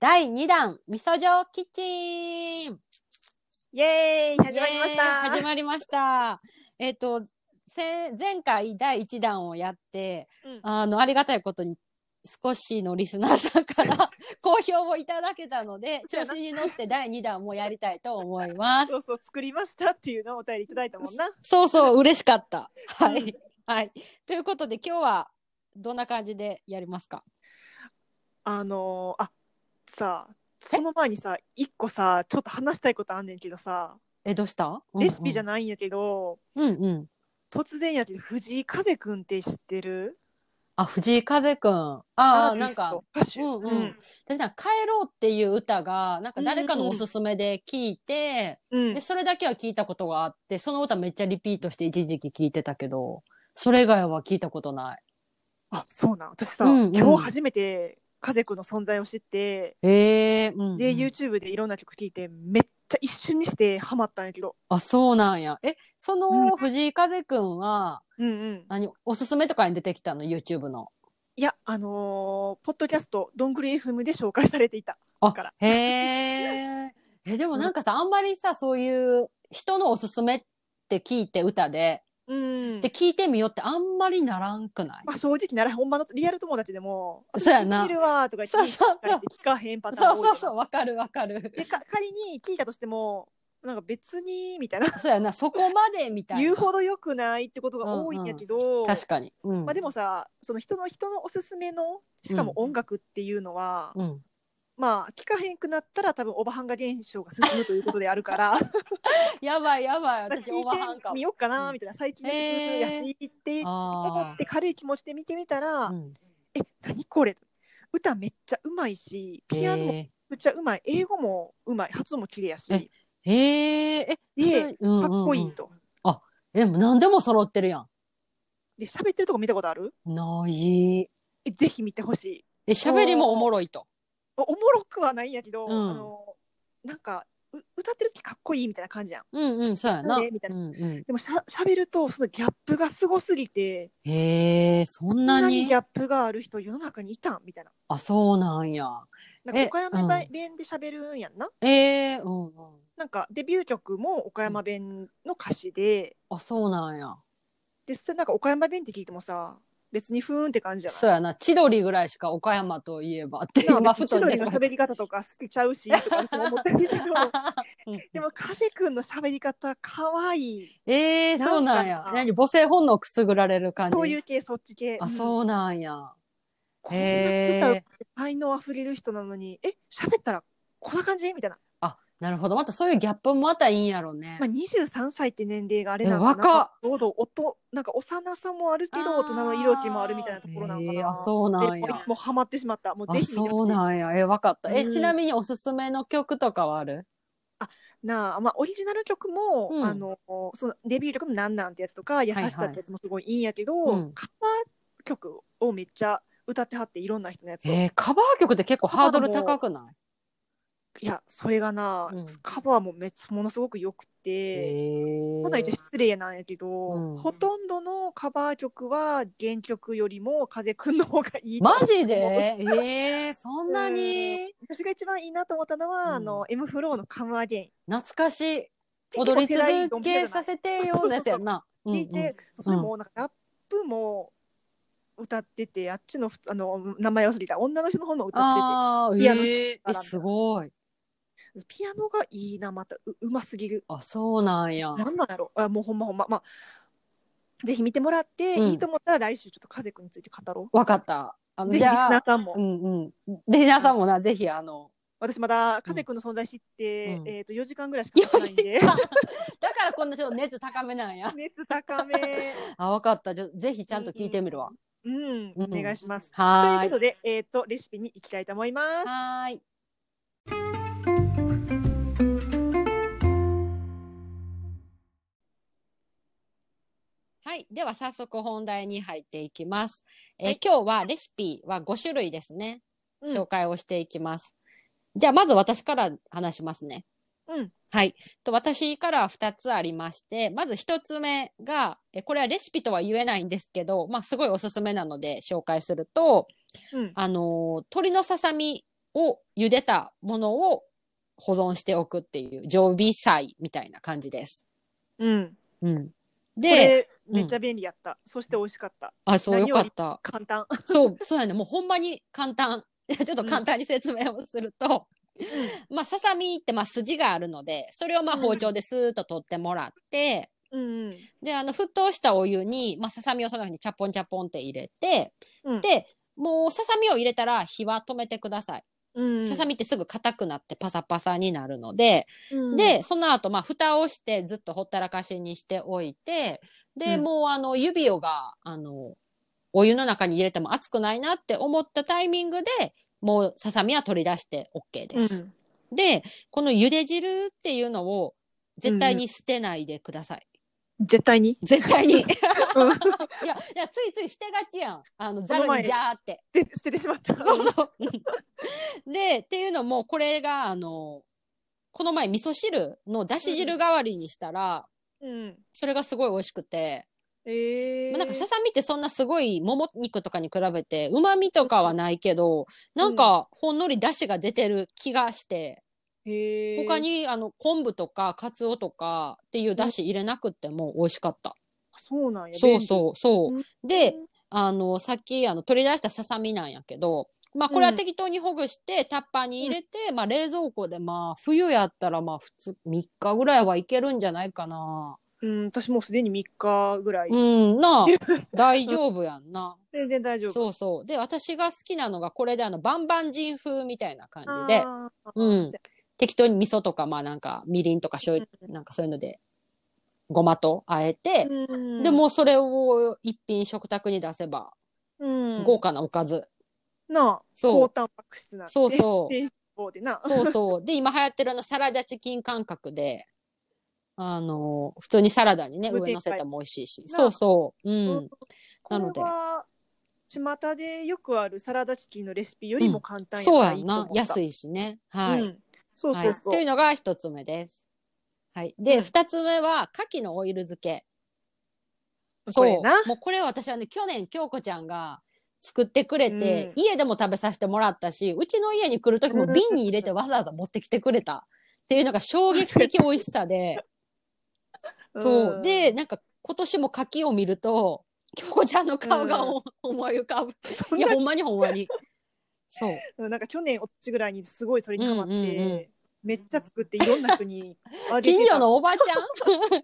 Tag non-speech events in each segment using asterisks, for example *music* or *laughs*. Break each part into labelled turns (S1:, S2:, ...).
S1: 第2弾、みそじょうキッチン
S2: イエーイ始まりました
S1: イエーイ始まりました。えっ、と、せ前回第1弾をやって、
S2: うん
S1: あの、ありがたいことに、少しのリスナーさんから
S2: *laughs*
S1: 好評をいただけたので、調子に乗って第2弾もやりたいと思います
S2: そ。うそう、作りましたっていうのをお便りいただいたもんな。
S1: そうそう、嬉しかった。は
S2: うん
S1: い。はい。ということで、今日はどんな感じでやりますか
S2: あのーあ、さあ、その前にさ、一個さ、ちょっと話したいことあんねんけどさ、
S1: え、どうした
S2: レシピじゃ
S1: な
S2: ないんやけど、
S1: うんうん。
S2: 突然やけど、藤井風くんって知ってる
S1: あ、藤井風くん。ああ、なんか、、
S2: アーティスト歌手
S1: うんうん私なんか帰ろうっていう歌が、なんか誰かのおすすめで聞いて、
S2: うんうん
S1: で、それだけは聞いたことがあって、その歌めっちゃリピートして一時期聞いてたけど、それ以外は聞いたことない。
S2: あ、そうなん。私さ、
S1: うんうん
S2: 今日初めて風くんの存在を知って、
S1: ええうん、うん。
S2: で、YouTube でいろんな曲聴いて、めっちゃ一瞬にしてハマったんやけど。
S1: あ、そうなんや。え、そうの藤井風くんは、
S2: うんうん。
S1: 何、おすすめとかに出てきたの ?YouTube の。
S2: いや、あのーポッドキャスト、どんぐり FM で紹介されていた。
S1: あ
S2: から、
S1: へ *laughs* え。え、でもなんかさ、あんまりさ、そういう人のおすすめって聞いて歌で、
S2: うん
S1: で、聞いてみようってあんまりならんくない
S2: まあ、正直なら、ほんまのリアル友達でも、
S1: そうやな
S2: 聞いてるわとか言って、
S1: そうそうそう
S2: 聞いて聞かへんパターン
S1: そ
S2: 多
S1: う
S2: い
S1: そうそう、
S2: う
S1: わかるわかる。
S2: でか。仮に聞いたとしても、なんか別に、みたいな、
S1: そうやな、そこまでみたい
S2: 言う
S1: な。
S2: ほど良くないってことが多いんやけど、
S1: 確かに。うん。
S2: まあ、でもさ、その人の人のおすすめの、しかも音楽っていうのは、
S1: うん。
S2: まあ、聞かへんくなったら、多分オバハンガ現象が進むということであるから、
S1: やばいやばい、
S2: まあ聞い
S1: *laughs* 私、オバハン
S2: て
S1: かも
S2: み。ようかな、みたいな、最近の曲やし、って思
S1: あ
S2: って軽い気持ちで見てみたら、
S1: あ。うん
S2: え何これ歌めっちゃうまいしピアノもめっ
S1: へ
S2: ちゃうまい、英語もうまい発音も綺麗やし
S1: え。へえ。え、
S2: で
S1: 普通うんうん
S2: か
S1: う
S2: っ
S1: ん
S2: こいいと、
S1: でも何でも揃ってるや
S2: で喋ってるとこ見たことある
S1: ん。ない。
S2: えぜひ見てほしい
S1: え、喋りもおもろいと。
S2: おおもろくはないんやけど、
S1: うん
S2: あのなんかう歌ってる時かっこいいみたいな感じやん
S1: うんうん、そうやな。
S2: そう
S1: う
S2: ねみたいなん
S1: うん。
S2: でもしゃ喋るとそのギャップがすごすぎて
S1: へえ、そん
S2: こん
S1: な
S2: なに
S1: に
S2: ギャップがある人世の中にいたんみたいな
S1: あ、そうなんや。
S2: なんか
S1: え
S2: 岡山
S1: う
S2: 弁で喋るんやんな、
S1: ええ、うんうん。
S2: なんかデビュー曲も岡山弁の歌詞で
S1: あ、そうなんや。
S2: でそれなんか岡山弁って聞いてもさ別にふーんって感じじゃない
S1: そうやな。千鳥ぐらいしか岡山といえばって、今 *laughs*
S2: まあ、
S1: ふ
S2: 千
S1: と出
S2: 鳥
S1: て
S2: の
S1: きた
S2: 喋り方とか好きちゃ
S1: *laughs*
S2: うしとか私も思ってるけど
S1: うんうん
S2: でも風くんの喋り方可愛い
S1: ええ
S2: なんか
S1: そうなんや
S2: な。
S1: 何母性本能くすぐられる感じ。
S2: そういう系そっち系
S1: あ、そううんなんや。
S2: こんな歌う
S1: へえ
S2: 才能あふれる人なのにえ喋ったらこんな感じみたいな、
S1: あ、なるほど。またそういうギャップもまたいいんやろね
S2: まあ、。23歳って年齢があれなの
S1: え若っ
S2: かなどうどうおとなんか幼さもあるけど大人の色気もあるみたいなところなのか
S1: へえ
S2: な、
S1: あ、そう
S2: で
S1: なん
S2: もうい
S1: や
S2: つ。もハマってしまったもう
S1: あ
S2: ぜ、ひ見て
S1: そ
S2: ほ
S1: う
S2: しい
S1: なんや。え、わかった。え、
S2: うん
S1: ちなみにおすすめの曲とかはある
S2: なあ、まあ、オリジナル曲も、
S1: うん
S2: あのそのデビュー曲の「なんなん」ってやつとか「優しさ」ってやつもすごいいいんやけど、
S1: うん
S2: カバー曲をめっちゃ歌ってはっていろんな人のやつを、
S1: えー、カバー曲って結構ハードル高くない
S2: いやそれがな、
S1: うん
S2: カバーもめっちゃものすごくよくて、
S1: え
S2: こんなん言っちゃ失礼なんやけど、
S1: うん
S2: ほとんどのカバー曲は原曲よりも風くんの方がいいと
S1: マジ
S2: *laughs*
S1: でええそんなに
S2: 私が一番いいなと思ったの
S1: う
S2: は、
S1: ん
S2: あの M フローの「カムアゲイン
S1: 懐かしい。踊り続けさせてよのやつやんな。うんうん
S2: DJ、そうそれもなんかラップも歌ってて、あっちのふあの名前忘れた女の人の方も歌っ
S1: ああ、
S2: ピアノ
S1: ええ
S2: 弾きながらみ
S1: え、
S2: たいな
S1: すごい。
S2: ててピアノがいいなまたううますぎる
S1: あ、そうなんや。
S2: なんなんやろあもうほんまほんままあぜひ見てもらって、
S1: うん
S2: いいと思ったら来週ちょっと風くんについて語ろ
S1: わかった。あ
S2: う
S1: の、
S2: ぜ
S1: じ
S2: ひリス
S1: ゃ
S2: ナ
S1: あ
S2: ー、さんも、
S1: うんうん。で、皆さんもな、ぜひ、あの、
S2: 私まだ風くんの存在知って、
S1: うん
S2: えっ、と4時間ぐらいしか
S1: よ
S2: 経ってない
S1: し
S2: んで。
S1: *laughs* だからこんなちょっと熱高めなんや
S2: 熱高め
S1: あ、わかった。じゃぜひちゃんと聞いてみるわ。
S2: うん、
S1: うん
S2: お願いしますという
S1: はー
S2: こ
S1: い。
S2: とで、えっとレシピに行きたいと思います
S1: はーい。はい。では早速本題に入っていきます。えー
S2: はい
S1: 今日はレシピは5種類ですね。
S2: うん
S1: 紹介をしていきます。じゃあまず私から話しますね。
S2: うん
S1: はい。と私から2つありまして、まず1つ目が、えこれはレシピとは言えないんですけど、まあすごいおすすめなので紹介すると、
S2: うん
S1: あのー鶏のささみを茹でたものを保存しておくっていう常備菜みたいな感じです。
S2: うん。
S1: うん、
S2: こ
S1: で、
S2: れめっちゃ便利やった。そして美味しかった。
S1: あ、そうよ
S2: 何よ
S1: か
S2: り
S1: った。
S2: 簡単。
S1: そう、そうやね。もうほんまに簡単。 *laughs* ちょっと簡単に説明をすると、まあ、ささみってまあ筋があるので、それをまあ
S2: うん
S1: 包丁でスーッと取ってもらって、
S2: うん。
S1: で、あの、沸騰したお湯に、まあ、ささみをその中にチャポンチャポンって入れて、
S2: うん。
S1: で、もうささみを入れたら火は止めてください。
S2: うん、
S1: ささみってすぐ硬くなってパサパサになるので、
S2: うん、
S1: で、その後、まあ、蓋をしてずっとほったらかしにしておいて、で、
S2: うん
S1: もうあの、指をが、あの、お湯の中に入れても熱くないなって思ったタイミングで、もうささみは取り出して OK
S2: う
S1: です。
S2: ん、
S1: で、この茹で汁っていうのを絶対に捨てないでください。
S2: 絶
S1: *laughs*
S2: 対に。
S1: 絶対に。い
S2: うん
S1: や、いやついつい捨てがちやん。あの、
S2: こ
S1: ざ
S2: の
S1: る
S2: 前
S1: にジャーって。
S2: で捨ててしまった。
S1: そうそう。で、っていうのも、これが、あの、この前、味噌汁のだし汁代わりにしたら、
S2: うん。
S1: それがすごい美味しくて、
S2: ええ
S1: まあなんかささみってそんなすごいもも肉とかに比べて、うまみとかはないけど、なんかほんのり出汁が出てる気がして、
S2: へー
S1: 他にあの昆布とかカツオとかっていう出汁入れなくっても美味しかった。
S2: そうなんや。
S1: そうそうそうう。で、あの、さっき、あの、取り出したささみなんやけど、まあ、これは適当にほぐして、タッパーに入れて、まあ、冷蔵庫で、まあ、冬やったら、まあ、普通、3日ぐらいはいけるんじゃないかな。
S2: 便利。うん、私もうすでに三日ぐらい。
S1: うん、なあ
S2: いけ、
S1: 大丈夫やんな。
S2: *laughs* 全然大丈夫。
S1: そうそう。で、私が好きなのが、これで、あの、バンバンジン風みたいな感じで、
S2: あー
S1: うん適当に味噌とか、まあ、なんか、みりんとか醤油、なんかそういうので、ごまとあえて、
S2: うん
S1: で、もうそれを一品食卓に出せば、
S2: うん、
S1: 豪華なおかず。
S2: なあ、
S1: そう
S2: 高タンパク質なんて
S1: そう
S2: *laughs*
S1: そう
S2: 低脂肪でな。
S1: そうそう。で、今流行ってるあのサラダチキン感覚で、あの、普通にサラダにね、
S2: 無添加
S1: 上乗せても美味しいし。
S2: な
S1: そうそう。う
S2: うんん。
S1: なので
S2: これは巷でよくあるサラダチキンのレシピよりも簡単
S1: そうや
S2: い
S1: ん
S2: いと思
S1: な
S2: っ。た
S1: 安いしね。はい。
S2: うんそう
S1: は
S2: そ
S1: いうと
S2: そ
S1: いう
S2: う。
S1: のが一つ目です。はい。で、
S2: うん
S1: 二つ目は、牡蠣のオイル漬け。
S2: こ
S1: そう。
S2: れな
S1: もうこれ私はね、去年、京子ちゃんが作ってくれて、
S2: う
S1: 家でも食べさせてもらったし、うちの家に来る時
S2: *laughs*
S1: も瓶に入れてわざわざ持ってきてくれた。っていうのが衝撃的美味しさで。そう。
S2: ん
S1: で、、なんか今年も柿を見る
S2: *laughs*
S1: と、京子ちゃんの顔が
S2: う
S1: お *laughs* 思い浮かぶ。
S2: そん
S1: い
S2: な
S1: や、ほんまにほんまに。そう。
S2: *laughs* うんなんか去年おっちぐらいにすごいそれにハマって、
S1: うんうんうん
S2: めっちゃ作っていろんな人にあげてた
S1: 近所のおばち
S2: *laughs*
S1: ゃんい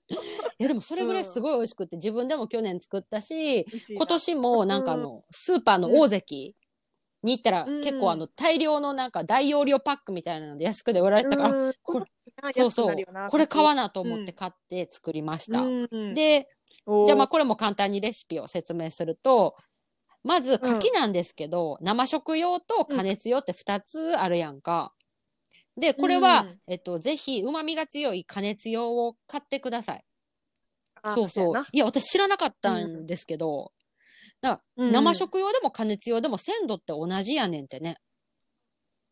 S1: や、でもそれぐらいすごい美味しくて、自分でも去年作ったし、
S2: 美味しいな
S1: 今年もなんかあの、スーパーの大関に行ったら、
S2: うん
S1: 結構あの、大量のなんか大容量パックみたいなので安くで売られてたから、
S2: うん
S1: これ
S2: 安く
S1: そうそう
S2: なるよな、
S1: これ買わ
S2: な
S1: なと思って買って作りました。
S2: うん、
S1: で、
S2: おー
S1: じゃあまあこれも簡単にレシピを説明すると、まず柿なんですけど、生食用と加熱用って2つあるやんか。で、これは、
S2: うん
S1: えっと、ぜひ旨味が強い加熱用を買ってください。
S2: あ
S1: そうそう
S2: やな。
S1: いや、私知らなかったんですけど、
S2: うん
S1: 生食用でも加熱用でも鮮度って同じやねんってね。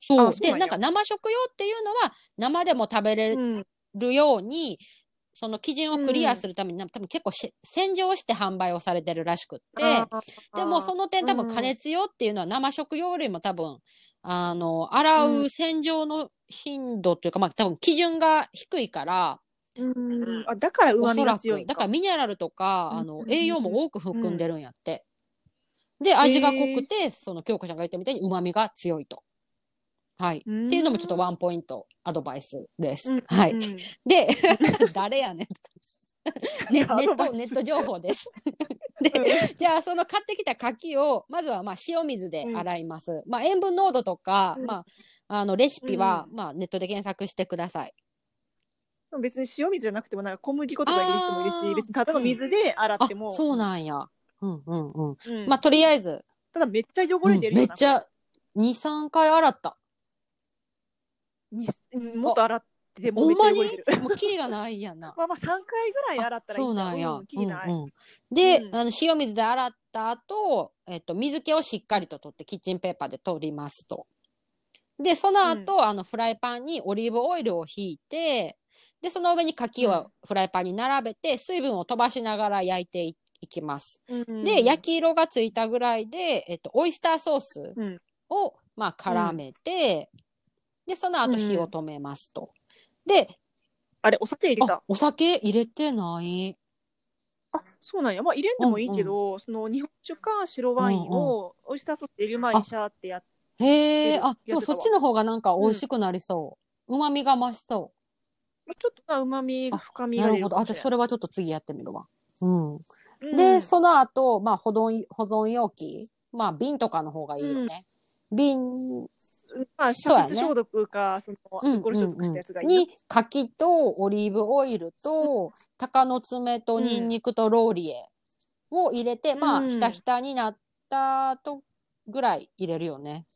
S1: そう。
S2: あそう
S1: で、
S2: なん
S1: な
S2: や
S1: んか生食用っていうのは生でも食べれる
S2: うん
S1: るように、その基準をクリアするために、なんか多分結構し洗浄して販売をされてるらしくって、
S2: あー
S1: でもその点多分加熱用っていうのは生食用よりも多分、あの、洗
S2: う
S1: う洗浄の頻度というか、まあ多分基準が低いから、
S2: うんあだから
S1: お
S2: 旨
S1: そ
S2: 味
S1: ら
S2: が強い
S1: く、
S2: ん
S1: だからミネラルとか、あ
S2: うん
S1: の
S2: う、ん
S1: 栄養も多く含んでるんやって。で、味が濃くて、その京子ちゃんが言ったみたいに旨味が強いと。はい。
S2: うん
S1: っていうのもちょっとワンポイントアドバイスです。
S2: うん
S1: はい。
S2: うん
S1: で、 *laughs* 誰やねん。 *laughs* ね、ネ
S2: アド
S1: ッ
S2: バイ
S1: ト、
S2: ス
S1: ネット情報です。 *laughs* で、じゃあその買ってきた柿を、まずはまあ塩水で洗います。まあ塩分濃度とか、
S2: うん
S1: まあ、あの、レシピは、
S2: う
S1: まあネットで検索してください。
S2: でも別に塩水じゃなくてもなんか小麦粉とか入れる人もいる
S1: あー
S2: し別にただの水で洗
S1: あ
S2: っても、、
S1: そうなんや。うんうんうん。
S2: うん
S1: まあとりあえず、
S2: ただめっちゃ汚れて
S1: うん
S2: るよ
S1: め
S2: う
S1: っ
S2: な、
S1: ちゃ2、3回洗った。
S2: にもっと洗っても
S1: ほ
S2: め
S1: ん
S2: っち
S1: ま
S2: ゃ汚
S1: に *laughs*
S2: れてる
S1: もうキリがないやんな。
S2: まあまあ3回ぐらい洗ったらいい
S1: そうなんや。
S2: う気にない、
S1: うんうんで、
S2: うん
S1: あの塩水で洗った後、えっと、水気をしっかりと取ってキッチンペーパーで取りますと。で、その後、あのフライパンにオリーブオイルをひいて、で、その上に柿
S2: うん
S1: をフライパンに並べて、水分を飛ばしながら焼いていいきます。
S2: うん
S1: で、焼き色がついたぐらいで、えっと、オイスターソース
S2: うん
S1: をまあ、絡めて、で、その後火を止めますと。で、
S2: あれお酒入れ
S1: あ
S2: た、
S1: お酒入れてない。
S2: あそうなんやまあ入れんでもいいけど、その日本酒か白ワインをオイスターソースで入れる前にシャーってやって
S1: へ
S2: や
S1: え
S2: っ、て
S1: あ、でも
S2: やってた
S1: そっ
S2: わ
S1: ちの方がなんか美味しくなりそう。旨味が増しそう。
S2: ちょっとうまみ
S1: あ
S2: 深み
S1: な
S2: が
S1: る
S2: 出
S1: ほ
S2: る
S1: ど。
S2: かもし
S1: 私、それはちょっと次やってみるわ。うん。
S2: れない
S1: で、その後、まあ、保存、保存容器。まあ、瓶とかの方がいいよね。瓶、
S2: うんまあ
S1: そうや
S2: 煮
S1: ね
S2: 沸消毒かそのアルコール消毒したやつがいいな、
S1: に、柿とオリーブオイルと、鷹の爪とニンニクとローリエを入れて、
S2: うん
S1: まあ、ひたひたになったと、ぐらい入れるよね。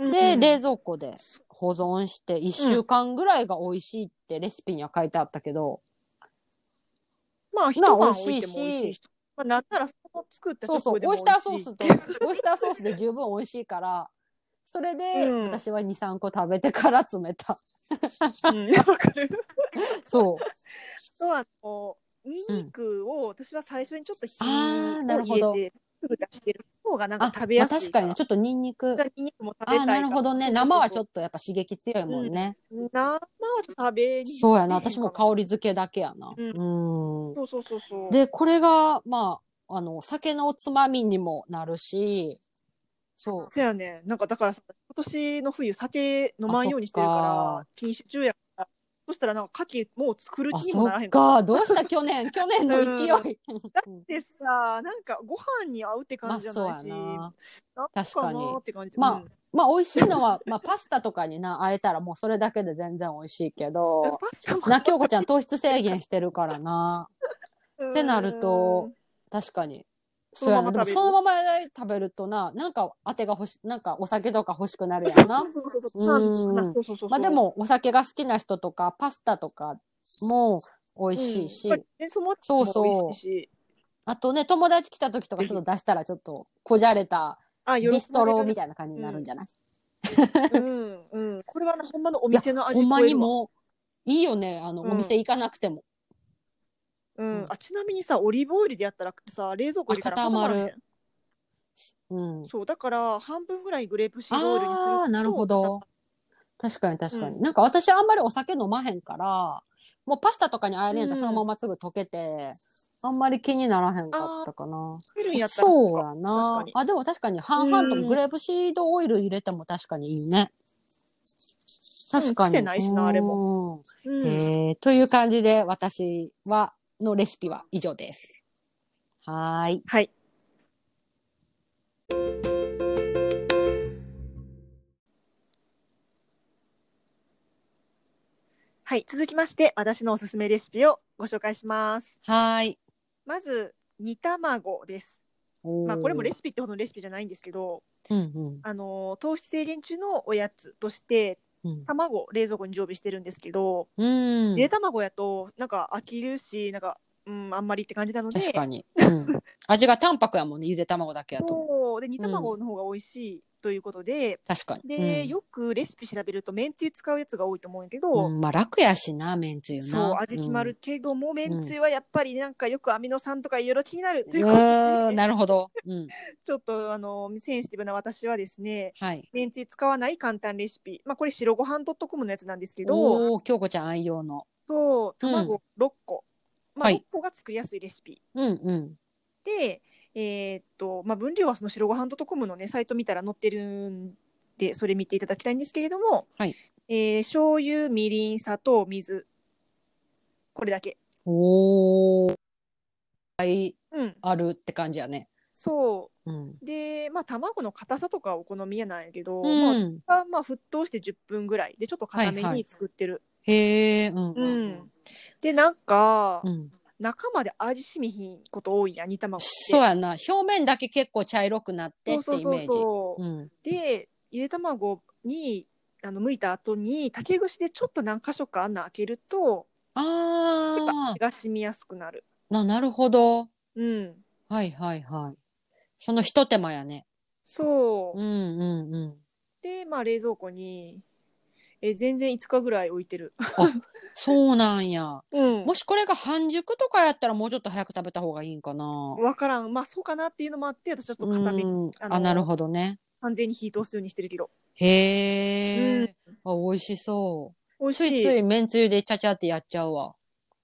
S2: うん
S1: で、
S2: うん
S1: 冷蔵庫で保存して、1週間ぐらいが美味しいってレシピには書いてあったけど、
S2: まあ一晩置いても美味しいし、まあ、なんならその作った
S1: そう
S2: 直
S1: そう
S2: 後、でも
S1: オイ
S2: 美味し
S1: ス
S2: い
S1: ターソースと、オイスターソースで十分美味しいから、それで、
S2: うん
S1: 私は2、3個食べてから詰めた。
S2: うん
S1: *laughs*
S2: わかる
S1: そう。
S2: あとはあのニンニクを私は最初にちょっと火を
S1: あーなるほど
S2: 入れてすぐ出してる方がなん
S1: あ
S2: か、食べやす
S1: まあ
S2: い
S1: 確かにね、ちょ
S2: ょ
S1: っとニンニク
S2: っ。とニンニクも食べたい
S1: ああ、
S2: から
S1: なるほどね。生はちょ
S2: っ
S1: っとやっぱ刺激強いもんね。
S2: と生はちょっと食べに
S1: そうやな。私も香り付けだけやな。
S2: うん
S1: うん。
S2: そうそうそうそう
S1: で、これが、まあ、あの、酒のおつまみにもなるし、そう。
S2: そうやねなんかだからさ今年の冬酒飲まんようにしてる
S1: あ
S2: から禁酒中やからそしたらなんか牡蠣もう作る
S1: あ、
S2: 気にも
S1: そ
S2: ならへ
S1: っ
S2: んか
S1: か。どうした去年、去年の勢い。
S2: らでさなんかご飯に合うって
S1: ま
S2: 感
S1: あ、
S2: じじゃ
S1: そう
S2: ない
S1: や
S2: し、
S1: な。
S2: なん
S1: 確かに
S2: なーって感じで
S1: まあ
S2: うん
S1: まあ美味しいのは、まあパスタとかにな、あえたらもうそれだけで全然美味しいけど、
S2: *laughs* パスタも
S1: な、京子ちゃん糖質制限してるからな。ってなると確かに。
S2: そ
S1: そう
S2: の
S1: や
S2: ま
S1: な。
S2: ま
S1: でも
S2: 食べる
S1: そのまま食べるとな、なんか当てが欲し、なんかお酒とか欲しくなるやんな
S2: そ。うそうそうそう
S1: うん
S2: そうそうそうそう
S1: まあでもお酒が好きな人とか、パスタとかも美味しいし、
S2: うんやっぱりねそもそ
S1: そう
S2: も
S1: そう
S2: 美味しいし
S1: あとね、友達来た時とかちょっと出したらちょっとこじゃれた
S2: あ
S1: ビストロみ
S2: た
S1: たいな感じになるんじゃない
S2: いなうんうんこれはねほんまのお店の味
S1: ほんま
S2: 超え
S1: に
S2: るわ
S1: もう、いいよね。あの、
S2: うん
S1: お店行かなくても。
S2: うんあちなみにさオリーブオイルでやったらさ冷蔵庫入れたら
S1: あ固まる
S2: らへん
S1: うん。
S2: そうだから半分ぐらいグレープシードオイルにする
S1: ああー、なるほど。確かに確かに。なんか私あんまりお酒飲まへんから、もうパスタとかにあえるんやったら
S2: うん
S1: そのまますぐ溶けて、あんまり気にならへんかったかな。
S2: 作るんやったら
S1: そう
S2: か
S1: やな
S2: 確かに。
S1: あ、でも確かに半々と
S2: う
S1: も
S2: ん
S1: グレープシードオイル入れても確かにいいね。確かに。
S2: うん癖ないしなあれ
S1: も。
S2: うん
S1: えーという感じで私は、のレシピは以上です。はーい。
S2: はいはい続きまして私のおすすめレシピをご紹介します
S1: はーい。
S2: まず煮卵ですまあこれもレシピってほどのレシピじゃないんですけど
S1: ピ。うん
S2: あの糖質制限中のおやつとして
S1: うん。
S2: 卵を冷蔵庫に常備してるんですけど
S1: うん。
S2: ゆで卵やとなんか飽きるしなんかうんあんまりって感じなので
S1: 確かに、うん、味が淡白やもんねゆで卵だけやと
S2: そうで煮卵の方が美味しいということで、
S1: 確かに
S2: で、
S1: うん
S2: よくレシピ調べるとめんつゆ使うやつが多いと思うんやけど、
S1: うん、まあ楽やしなめんつゆな
S2: そう味決まる、けども、めんつゆはやっぱりなんかよくアミノ酸とかいろいろ気になる
S1: うん
S2: ということで、
S1: うんなるほど、うん、
S2: ちょっとあのセンシティブな私はですね
S1: はい
S2: めんつゆ使わない簡単レシピ、まあ、これ白ご飯 .com のやつなんですけど
S1: おおー京子ちゃん愛用の
S2: そう卵6個、まあ、
S1: はい
S2: 6個が作りやすいレシピ、
S1: うんうん
S2: で、えーっとまあ、分量はその白ご飯 .com の、ね、サイト見たら載ってるんでそれ見ていただきたいんですけれども、
S1: はい
S2: えー醤油みりん砂糖水これだけ、
S1: おおはい
S2: うん、
S1: あるって感じやね
S2: そ
S1: うん、
S2: うで、まあ、卵の硬さとかはお好みやなんやけど、
S1: う
S2: ま
S1: ん、
S2: あ、まあ沸騰して10分ぐらいでちょっと固め
S1: はいはい
S2: に作ってる、
S1: へえうんう
S2: うんん、でなんか、
S1: うん、
S2: 中まで味しみひんこと多いやん煮卵って
S1: そうやな表面だけ結構茶色くなってって
S2: そう
S1: イ
S2: そう
S1: メ
S2: そ
S1: ージ
S2: うそう
S1: うん
S2: でゆで卵にあの剥いた後に竹串でちょっと何箇所か穴開けるとやっぱ
S1: あ
S2: 味が染みやすくなる。
S1: ーななるほど
S2: うん、
S1: はいはいはいそのひと手間やね
S2: そう、
S1: うんうんうん
S2: でまあ冷蔵庫にえ全然5日ぐらい置いてる。
S1: そうなんや。
S2: うん
S1: もしこれが半熟とかやったらもうちょっと早く食べた方がいいんかな。
S2: 分からんまあそうかなっていうのもあって私はちょっと固め
S1: うん
S2: あの
S1: あ、なるほどね。
S2: 完全に火通すようにしてるけど
S1: へへえ、あ、美味しそう。
S2: 美味し
S1: つい
S2: い
S1: ついめんつゆでちゃちゃってやっちゃうわ。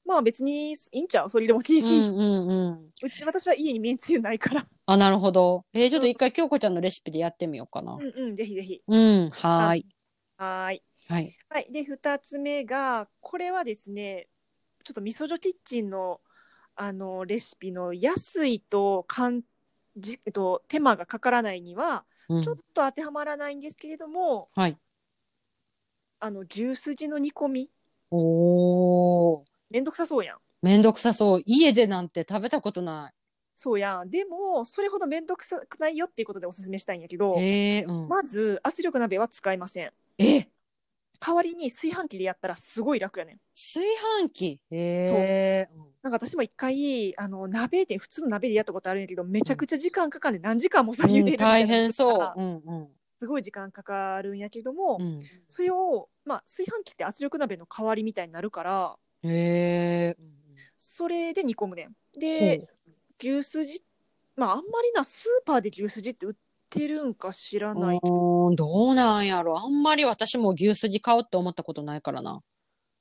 S2: まあ別にいいんちゃうそれでもいい、
S1: う
S2: うん
S1: うんうん。
S2: ち私は家にめんつゆないから
S1: あ、なるほど。えー、ちょっと一回京子ちゃんのレシピでやってみようかな
S2: う。んうんぜひぜひ
S1: うん、はーい。
S2: はーい
S1: はい。
S2: はいで2つ目がこれはですねちょっとみそじょキッチンのあのレシピの安いとかんじ、えっと、手間がかからないには
S1: うん
S2: ちょっと当てはまらないんですけれども、
S1: はい
S2: あの牛すじの煮込み
S1: おー。
S2: めんどくさそうやん
S1: めんどくさそう。家でなんて食べたことな
S2: そうやんでもそれほどめんどくさくないよっていうことでおすすめしたいんやけど
S1: い。へえ、うん。
S2: まず圧力鍋は使いません
S1: え、
S2: 代わりに炊飯器でやったらすごい楽やねん
S1: 炊飯器。へえ。
S2: なんか私も一回あの鍋で普通の鍋でやったことあるんやけどめちゃくちゃ時間かかんで何時間もさ
S1: う
S2: 茹
S1: ん
S2: でる
S1: 大変そう。
S2: う
S1: うんうん
S2: すごい時間かかるんやけども、
S1: うん。
S2: それを、まあ、炊飯器って圧力鍋の代わりみたいになるから
S1: へえ。
S2: それで煮込むねん
S1: ほ
S2: で牛すじまああんまりなスーパーで牛すじって売ってるんか知らない、
S1: う。うーん、どうなんやろ。あんまり私も牛すじ買おうって思ったことないからな。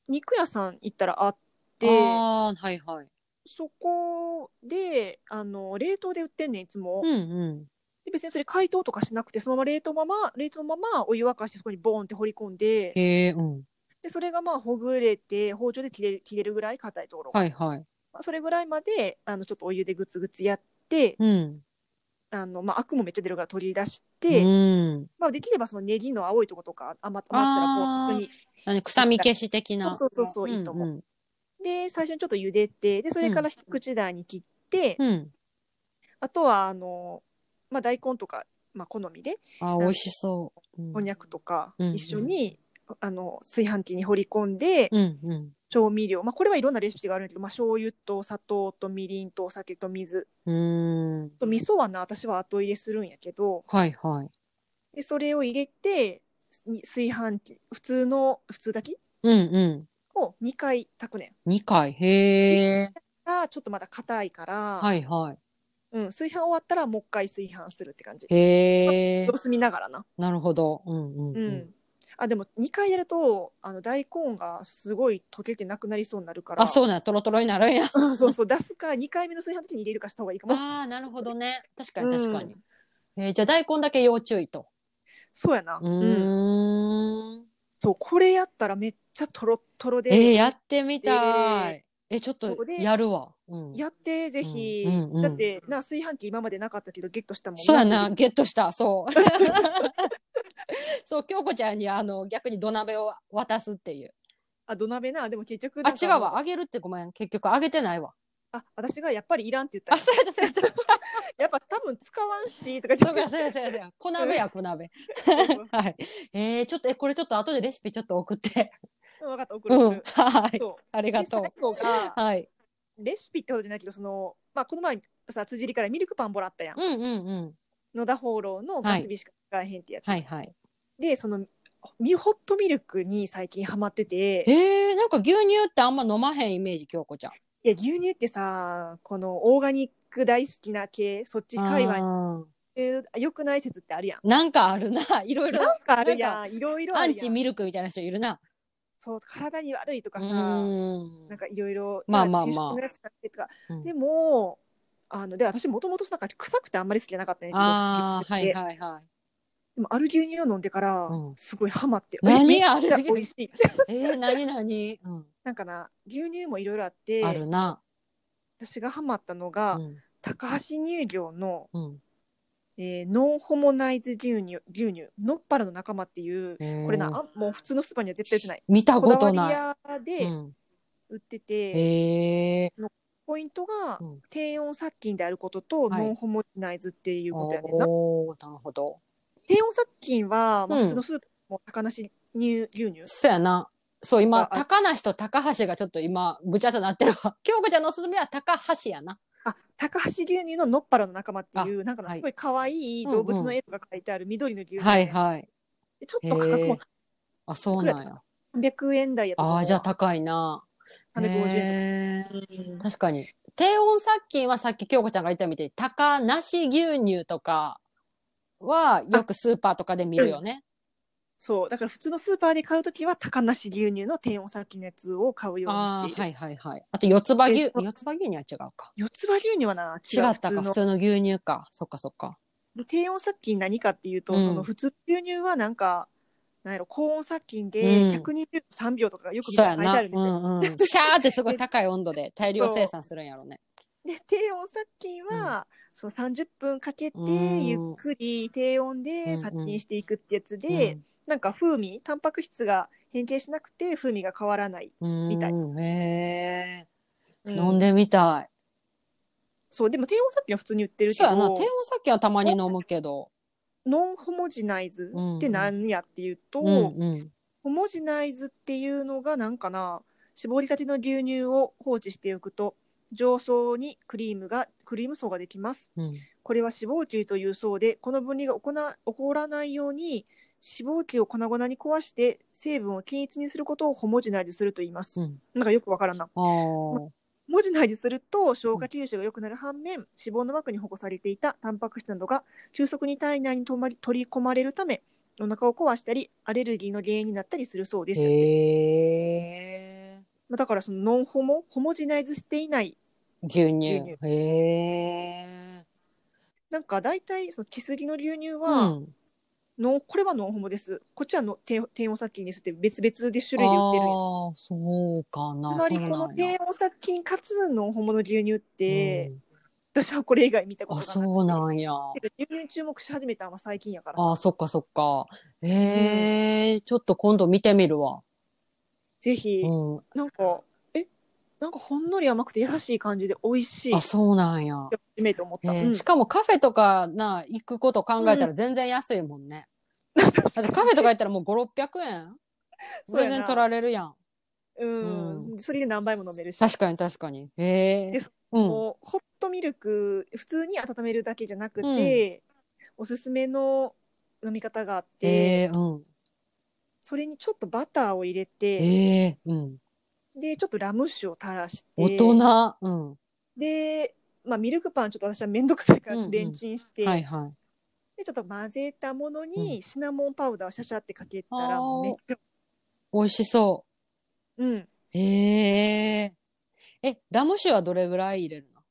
S2: 肉屋さん行ったらあって
S1: ああ、はいはい。
S2: そこであの冷凍で売ってんねんいつも、
S1: うんうん。
S2: で別にそれ解凍とかしなくてそのまま冷凍まま冷凍のままお湯沸かしてそこにボーンって放り込んで
S1: へえ、うん。
S2: でそれがまあほぐれて包丁で切れる切れるぐらい硬いところ、
S1: はいはい。
S2: まあそれぐらいまであのちょっとお湯でグツグツやって
S1: うん。
S2: あの、まあ、アクもめっちゃ出るから取り出し
S1: う
S2: て、
S1: ん。
S2: まあ、できればそのネギの青いとことか余余ってたらもう
S1: あー
S2: 本当に
S1: 何臭み消し的な。
S2: そうそうそうそういいと思う
S1: うん
S2: で最初にちょっと茹でてでそれから一口大に切って、
S1: うん。うん。
S2: あとはあの、まあ、大根とか、まあ、好みで
S1: あー、美味しそう。うん
S2: こんにゃくとか
S1: うん
S2: 一緒に、あの炊飯器に放り込んで、
S1: うんうん。
S2: 調味料、まあ、これはいろんなレシピがあるんだけど、まあ、醤油と砂糖とみりんとお酒と水
S1: うーん。
S2: と味噌はな私は後入れするんやけど
S1: はいはい。
S2: でそれを入れてに炊飯器普通の普通炊き
S1: うんう
S2: を2回炊くねん。
S1: ん。2回。へえ。
S2: がちょっとまだ硬いから、
S1: はいは
S2: うん、炊飯終わったらもう一回炊飯するって感じ
S1: い。。へえ
S2: 様。子見ながらな。
S1: なるほど。うんうん
S2: う
S1: うんん。
S2: あでも2回やるとあの大根がすごい溶けてなくなりそうになるから
S1: あ、そうなんや。トロトロになるん *laughs* や。
S2: うそうそう出すか2回目の炊飯の時に入れるかした方がいいかも。
S1: ああ、なるほどね。確かに確かに
S2: う。ん
S1: えーじゃあ大根だけ要注意と。
S2: そうやな。
S1: うーん。
S2: そうこれやったらめっちゃトロットロで、
S1: えーやってみたい。え、ちょっと
S2: そこで
S1: やるわ。うん。
S2: やってぜひ、
S1: うんうんうん
S2: だってな炊飯器今までなかったけどゲットしたもん
S1: そうやな、ゲットした、 *laughs* そう。そう、京子ちゃんにあの逆に土鍋を渡すっていう。
S2: あ土鍋なでも結局
S1: あ、
S2: なん
S1: 違
S2: か
S1: うわ、あげるってごめん、結局あげてないわ。
S2: あ私がやっぱりいらんって言った
S1: あ、
S2: ら
S1: そうやった、そうやった。
S2: やっぱ多分使わん
S1: *laughs*
S2: しとか
S1: そうか、
S2: 言っ
S1: そうや、そうや、そうや。小鍋や、小鍋。
S2: て
S1: はい。えー、ちょっと、え、これちょっと後でレシピちょっと送って。
S2: うん分かった送る
S1: う
S2: 送
S1: ん
S2: る、、
S1: はい。
S2: そう
S1: あり
S2: で
S1: がとう
S2: 最。後が
S1: はい。
S2: レシピってことじゃないけどその、まあ、この前さ辻りからミルクパンもらったやん、
S1: うん、うん、うん。
S2: 野田芳郎のガスビしか使えへんってやつ、
S1: はい、はい。
S2: でそのミホットミルクに最近ハマってて
S1: えー、なんか牛乳ってあんま飲まへんイメージ、京子ちゃん。
S2: いや牛乳ってさこのオーガニック大好きな系そっち界隈に
S1: あー
S2: よくない説ってあるやん
S1: なんかあるな、 *laughs* いろいろ。
S2: なんかあるやんいろいろあ
S1: ア
S2: る
S1: ン
S2: や
S1: チ
S2: ん
S1: ミルクみたいな人いるな。
S2: そう体に悪いとか
S1: う
S2: さ
S1: ーん
S2: なん。かいろいろ
S1: まあまあまあ
S2: 昼食のやつだってとか
S1: うん
S2: でもあので私もともとなんか臭くてあんまり好きじゃなかったね
S1: ああ、
S2: 自分
S1: は
S2: の
S1: い
S2: 牛乳っ
S1: はい
S2: て
S1: はい。
S2: でもある牛乳を飲んでから
S1: うん
S2: すごいハマって、
S1: 何
S2: めっちゃ
S1: ある牛乳
S2: 美味しい *laughs*
S1: えー、なになに、うん、
S2: なんかな牛乳もいろいろあって
S1: あるな。
S2: 私がハマったのが、
S1: うん、
S2: 高橋乳業の、
S1: うん。
S2: えーノンホモナイズ牛乳牛乳ノッパラの仲間っていうこ
S1: こ
S2: れな、あもう普通のスーパーには絶対売ってない。
S1: 見た
S2: こ
S1: こ
S2: だわ
S1: と
S2: り
S1: な
S2: 屋
S1: い。う
S2: で
S1: ん、
S2: 売ってて、
S1: えー、
S2: ポイントが
S1: うん
S2: 低温殺菌であることと
S1: はい
S2: ノンホモナイズっていうことやねんな。
S1: おおーなるほど。
S2: 低温殺菌は、まあ、
S1: うん
S2: 普通のスーパーも高梨乳牛乳。
S1: そうやな。そう、今、
S2: ああ
S1: 高梨と高橋がちょっと今、ぐちゃっとなってるわ。 *laughs* 京子ちゃんのおすすめは高橋やな。
S2: あ高橋牛乳のノッパラの仲間っていうなんか
S1: はい
S2: すごい可愛い動物の絵とか書いてある緑の牛乳、
S1: はいはい。
S2: でちょっと価格も
S1: あ、そうなんや。
S2: 300円台やったと思
S1: あ
S2: う
S1: あ、じゃあ高いな。
S2: 350円
S1: 円
S2: とか、うん
S1: 確かに。低温殺菌はさっき京子ちゃんが言ったみたいに、高梨牛乳とかは、よくスーパーとかで見るよね。
S2: そうだから普通のスーパーで買うときは高梨牛乳の低温先のやつを買うように
S1: あ
S2: してい
S1: あ、
S2: る、
S1: はいはいはい。あと、四つ葉牛、
S2: でそう
S1: 四つ葉牛乳は違うか。
S2: 四つ葉牛乳はな違
S1: 違
S2: う
S1: ったか、普通の牛乳か。そっかそっか。
S2: で低温殺菌何かっていうと、
S1: うん
S2: その普通牛乳はなんかなんやろ高温殺菌
S1: う
S2: で
S1: ん
S2: 123秒とかよく見
S1: そう
S2: たら
S1: や
S2: 書いて
S1: な。
S2: あ
S1: う
S2: るんですよ、
S1: んうん。シャーってすごい高い温度で大量生産するんやろうね。
S2: で低温殺菌は、その30分かけて
S1: うん
S2: ゆっくり低温で殺菌していくってやつで、なんか風味タンパク質が変形しなくて風味が変わらない、
S1: うん、
S2: みたい
S1: うんへ
S2: う
S1: え。飲んでみた
S2: そうでも低温殺菌は普通に売って
S1: い。
S2: るけ
S1: そうやな。
S2: ど
S1: 低温殺菌はたまに飲むけど。
S2: ノンホモジナイズって何やっていうと、
S1: うんうん。
S2: ホモジナイズっていうのがなんかな絞りたての牛乳を放置しておくと上層にクリームがクリーム層ができます
S1: うん
S2: これは脂肪球という層でこの分離が行な起こらないように脂肪球を粉々に壊して成分を均一にすることをホモジナイズすると言います、
S1: うん。
S2: なんかよくわからんな
S1: ああ。
S2: 文字内にすると消化吸収が良くなる反面脂肪の膜に保護されていたタンパク質などが急速に体内にとまり取り込まれるためお腹を壊したりアレルギーの原因になったりするそうです、
S1: へえ。
S2: まあだからそのノンホモホモジナイズしていない
S1: 牛乳
S2: 牛乳。
S1: へえ。
S2: なんか大体そのキスリの牛乳
S1: う
S2: は、。ノンこれはノンホモですこっちはの低低温殺菌ですって別々で種類で売ってるんや
S1: ああ、そうか
S2: つ
S1: な。
S2: ま
S1: そ
S2: り
S1: う
S2: こ
S1: な
S2: の
S1: ん
S2: 低
S1: や。
S2: 温殺菌かつノンホモの牛乳っ
S1: う
S2: て、
S1: ん
S2: 私はこれ以外見たこと
S1: あ、
S2: がなくて
S1: そうなんや。
S2: てか牛乳注目し始めたのは最近やから
S1: あ
S2: さ
S1: ー、そっかそっか。ええちょっと今度見てみるわ。
S2: ぜひ、
S1: うん。
S2: なんか、え、なんかほんのり甘くて優しい感じで美味しい。
S1: あ、そうなんや。
S2: 初めて思っ
S1: え
S2: た。
S1: ー
S2: うん
S1: しかもカフェとかな、行くこと考えたら全然安いもん
S2: *laughs*
S1: ね。だってカフェとか行ったらもう5、600円
S2: そうや
S1: 全
S2: な
S1: 然取られるやん。
S2: うん、それで何杯も飲めるし。
S1: 確かに確かに。ええ
S2: で
S1: うん。
S2: もうホットミルク、普通に温めるだけじゃなくて、おすすめの飲み方があって、
S1: ええうん。
S2: それにちょっとバターを入れて、
S1: ええうん。
S2: で、ちょっとラム酒を垂らして、
S1: 大人。うん。は
S2: で、まあ、ミルクパンちょっと私はめんどくさいか
S1: うん
S2: ら
S1: うん
S2: レンチンして、
S1: いはい。
S2: でちょっと混ぜたもの
S1: う
S2: にシナモンパウダーをシャシャってかけたら
S1: あー
S2: めっちゃ、
S1: 美味しそう。
S2: うん、
S1: えええ、ラム酒はどれぐらい入れるの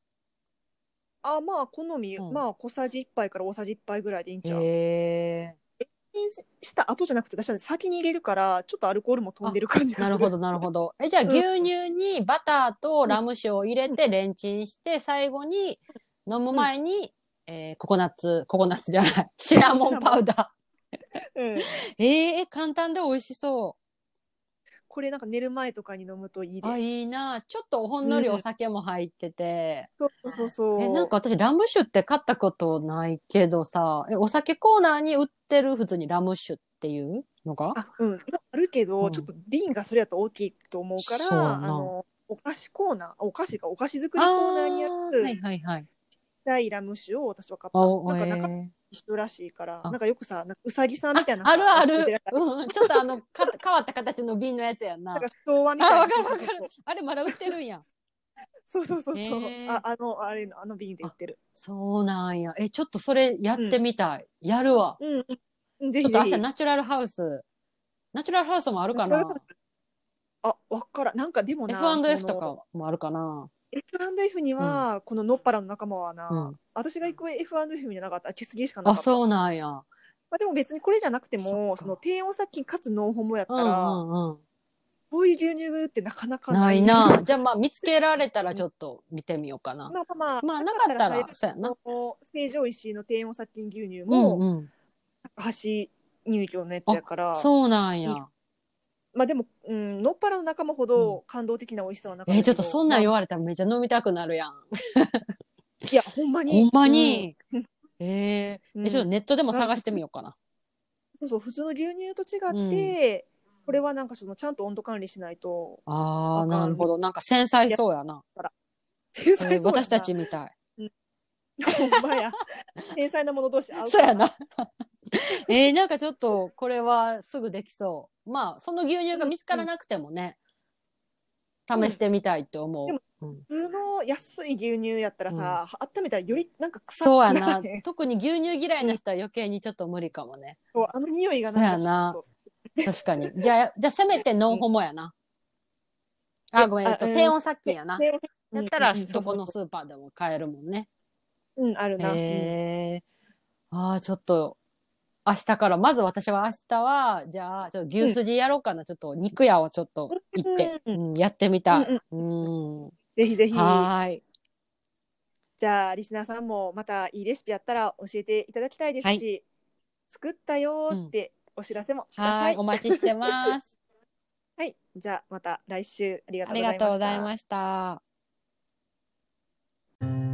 S2: あまあ好み、
S1: うん
S2: まあ小さじ1杯から大さじ1杯ぐらいでいいんちゃう、 *laughs*
S1: ええ
S2: 変身した後じゃなくて私は先に入れるからちょっとアルコールも飛んでる感じが
S1: な
S2: す
S1: る
S2: る
S1: ほど、なるほど。え、じゃあ
S2: うん
S1: 牛乳にバターとラム酒を入れてレンチンして、最後に飲む前に、えーココナッツ、ココナッツじゃ
S2: *laughs*
S1: ない、シナモンパウダ
S2: *laughs* うん
S1: ー。ええ簡単で美味しそ。
S2: これなんか寝る前とかに飲むといいう
S1: あ、
S2: で
S1: いいな。ちょっとほんのりお酒も入ってて。
S2: そうそうそう
S1: え、なんか私ラム酒って買ったことないけどさ、え、お酒コーナーに売ってる普通にラム酒っていうのが
S2: あうんあるけど、
S1: うん
S2: ちょっと瓶がそれだと大きいと思うか
S1: そうや
S2: らあ
S1: な
S2: のお菓子コーナーお菓子がお菓子作りコーナーにあ
S1: あーはい
S2: る
S1: はいはい。
S2: ダイラム酒を私は買った
S1: お
S2: なんか中
S1: えー
S2: 一緒らしいから
S1: あ
S2: なんかよくさなんかうさぎさんみたいな
S1: ああるあ
S2: 売っ
S1: る
S2: てやつ。
S1: うんうん、ちょっとあの、か変わった形の瓶のやつやん
S2: な
S1: なん
S2: か。昭和みたいな
S1: あわかるわかる
S2: そうそう
S1: あれまだ売ってるんや。
S2: そうそうそうそう、
S1: へー
S2: ああのあれのあの瓶で売ってる
S1: そうなんや。え、ちょっとそれやってみたい。やるわ。
S2: うんうんぜ
S1: ちょっ
S2: ひ
S1: と
S2: ぜ
S1: 明
S2: ひ
S1: 日ナチュラルハウス。ナチュラルハウスもあるか
S2: ナチュラル
S1: な
S2: ハウあ、わからん。なんかでもな、
S1: ?F&F
S2: そ
S1: と
S2: の
S1: かもあるかな
S2: F&F には、こののっぱらの仲間はな、
S1: うん
S2: 私が行く F&F じゃなかった。キスリしかなか
S1: あ、
S2: った。
S1: そうなんや。
S2: まあ、でも別にこれじゃなくて
S1: そ
S2: も、
S1: っ
S2: そ
S1: か
S2: の低温殺菌かつノンホモやった
S1: うんう
S2: ら、
S1: んうん。
S2: こういう牛乳ってなかなかな。
S1: ないい
S2: *laughs*
S1: な。じゃあまあ見つけられたらちょっと見てみようかな。
S2: まあまあまあ、
S1: まあなかった
S2: 最
S1: ら、
S2: 悪
S1: そうやな。
S2: の成城石井の低温殺菌牛乳
S1: う
S2: も、
S1: んうん。
S2: 高橋乳業のやつやから、
S1: そうなんや。
S2: まあでも、うん、のっぱらの仲間ほど感動的な美味しさはなかった
S1: え、
S2: けど
S1: ちょっとそんなん言われたらめっちゃ飲みたくなるやん。
S2: まあいや、ほんまに。
S1: ほんま
S2: うん
S1: に。えー
S2: うん
S1: え、ちょっとネットでも探してみようかな。
S2: そうそう普通の牛乳と違って、これはなんかそのちゃんと温度管理しないと
S1: ああ、
S2: わかん
S1: なるほど。なんか繊細そうやな。
S2: 天
S1: えー私たち
S2: ほ
S1: みたい。
S2: ん
S1: *laughs*
S2: まや天才なもの同士合う
S1: そうやな。 *laughs* えーなんかちょっと、これはすぐできそう。まあ、その牛乳が見つからなくてもね、
S2: うん
S1: 試してみたいと思う。うん
S2: 普通の安い牛乳やったらさ、温めたらよりなんか臭
S1: そうや
S2: く
S1: な
S2: るね
S1: 特に牛乳嫌いな人は余計にちょっと無理かも
S2: *laughs*
S1: ね
S2: そうあの匂いがなんか
S1: そうやな
S2: ちょっと
S1: 確かにじゃあじゃあせめてノンホモやなあごめん、えっと、
S2: あうん
S1: 低温殺菌やな
S2: で
S1: だったら
S2: うんうん
S1: どこのスーパーでも買えるもんね
S2: そうそううんあるな、うん
S1: へえあーちょっと明日からまず私は明日はじゃあちょっと牛すじやろうかな、ちょっと肉屋をちょっと行って、
S2: う
S1: うんやってみたい、うん
S2: ぜひぜひ
S1: はーい
S2: じゃあリスナーさんもまたいいレシピやったら教えていただきたいですし、作ったよーってお知らせもくだ
S1: は
S2: さ
S1: ー
S2: い、
S1: いお待ちしてます。
S2: はいじ *laughs* ゃあまた来週ありが
S1: あ
S2: とうご
S1: り
S2: ざいま
S1: が
S2: した
S1: とうございました。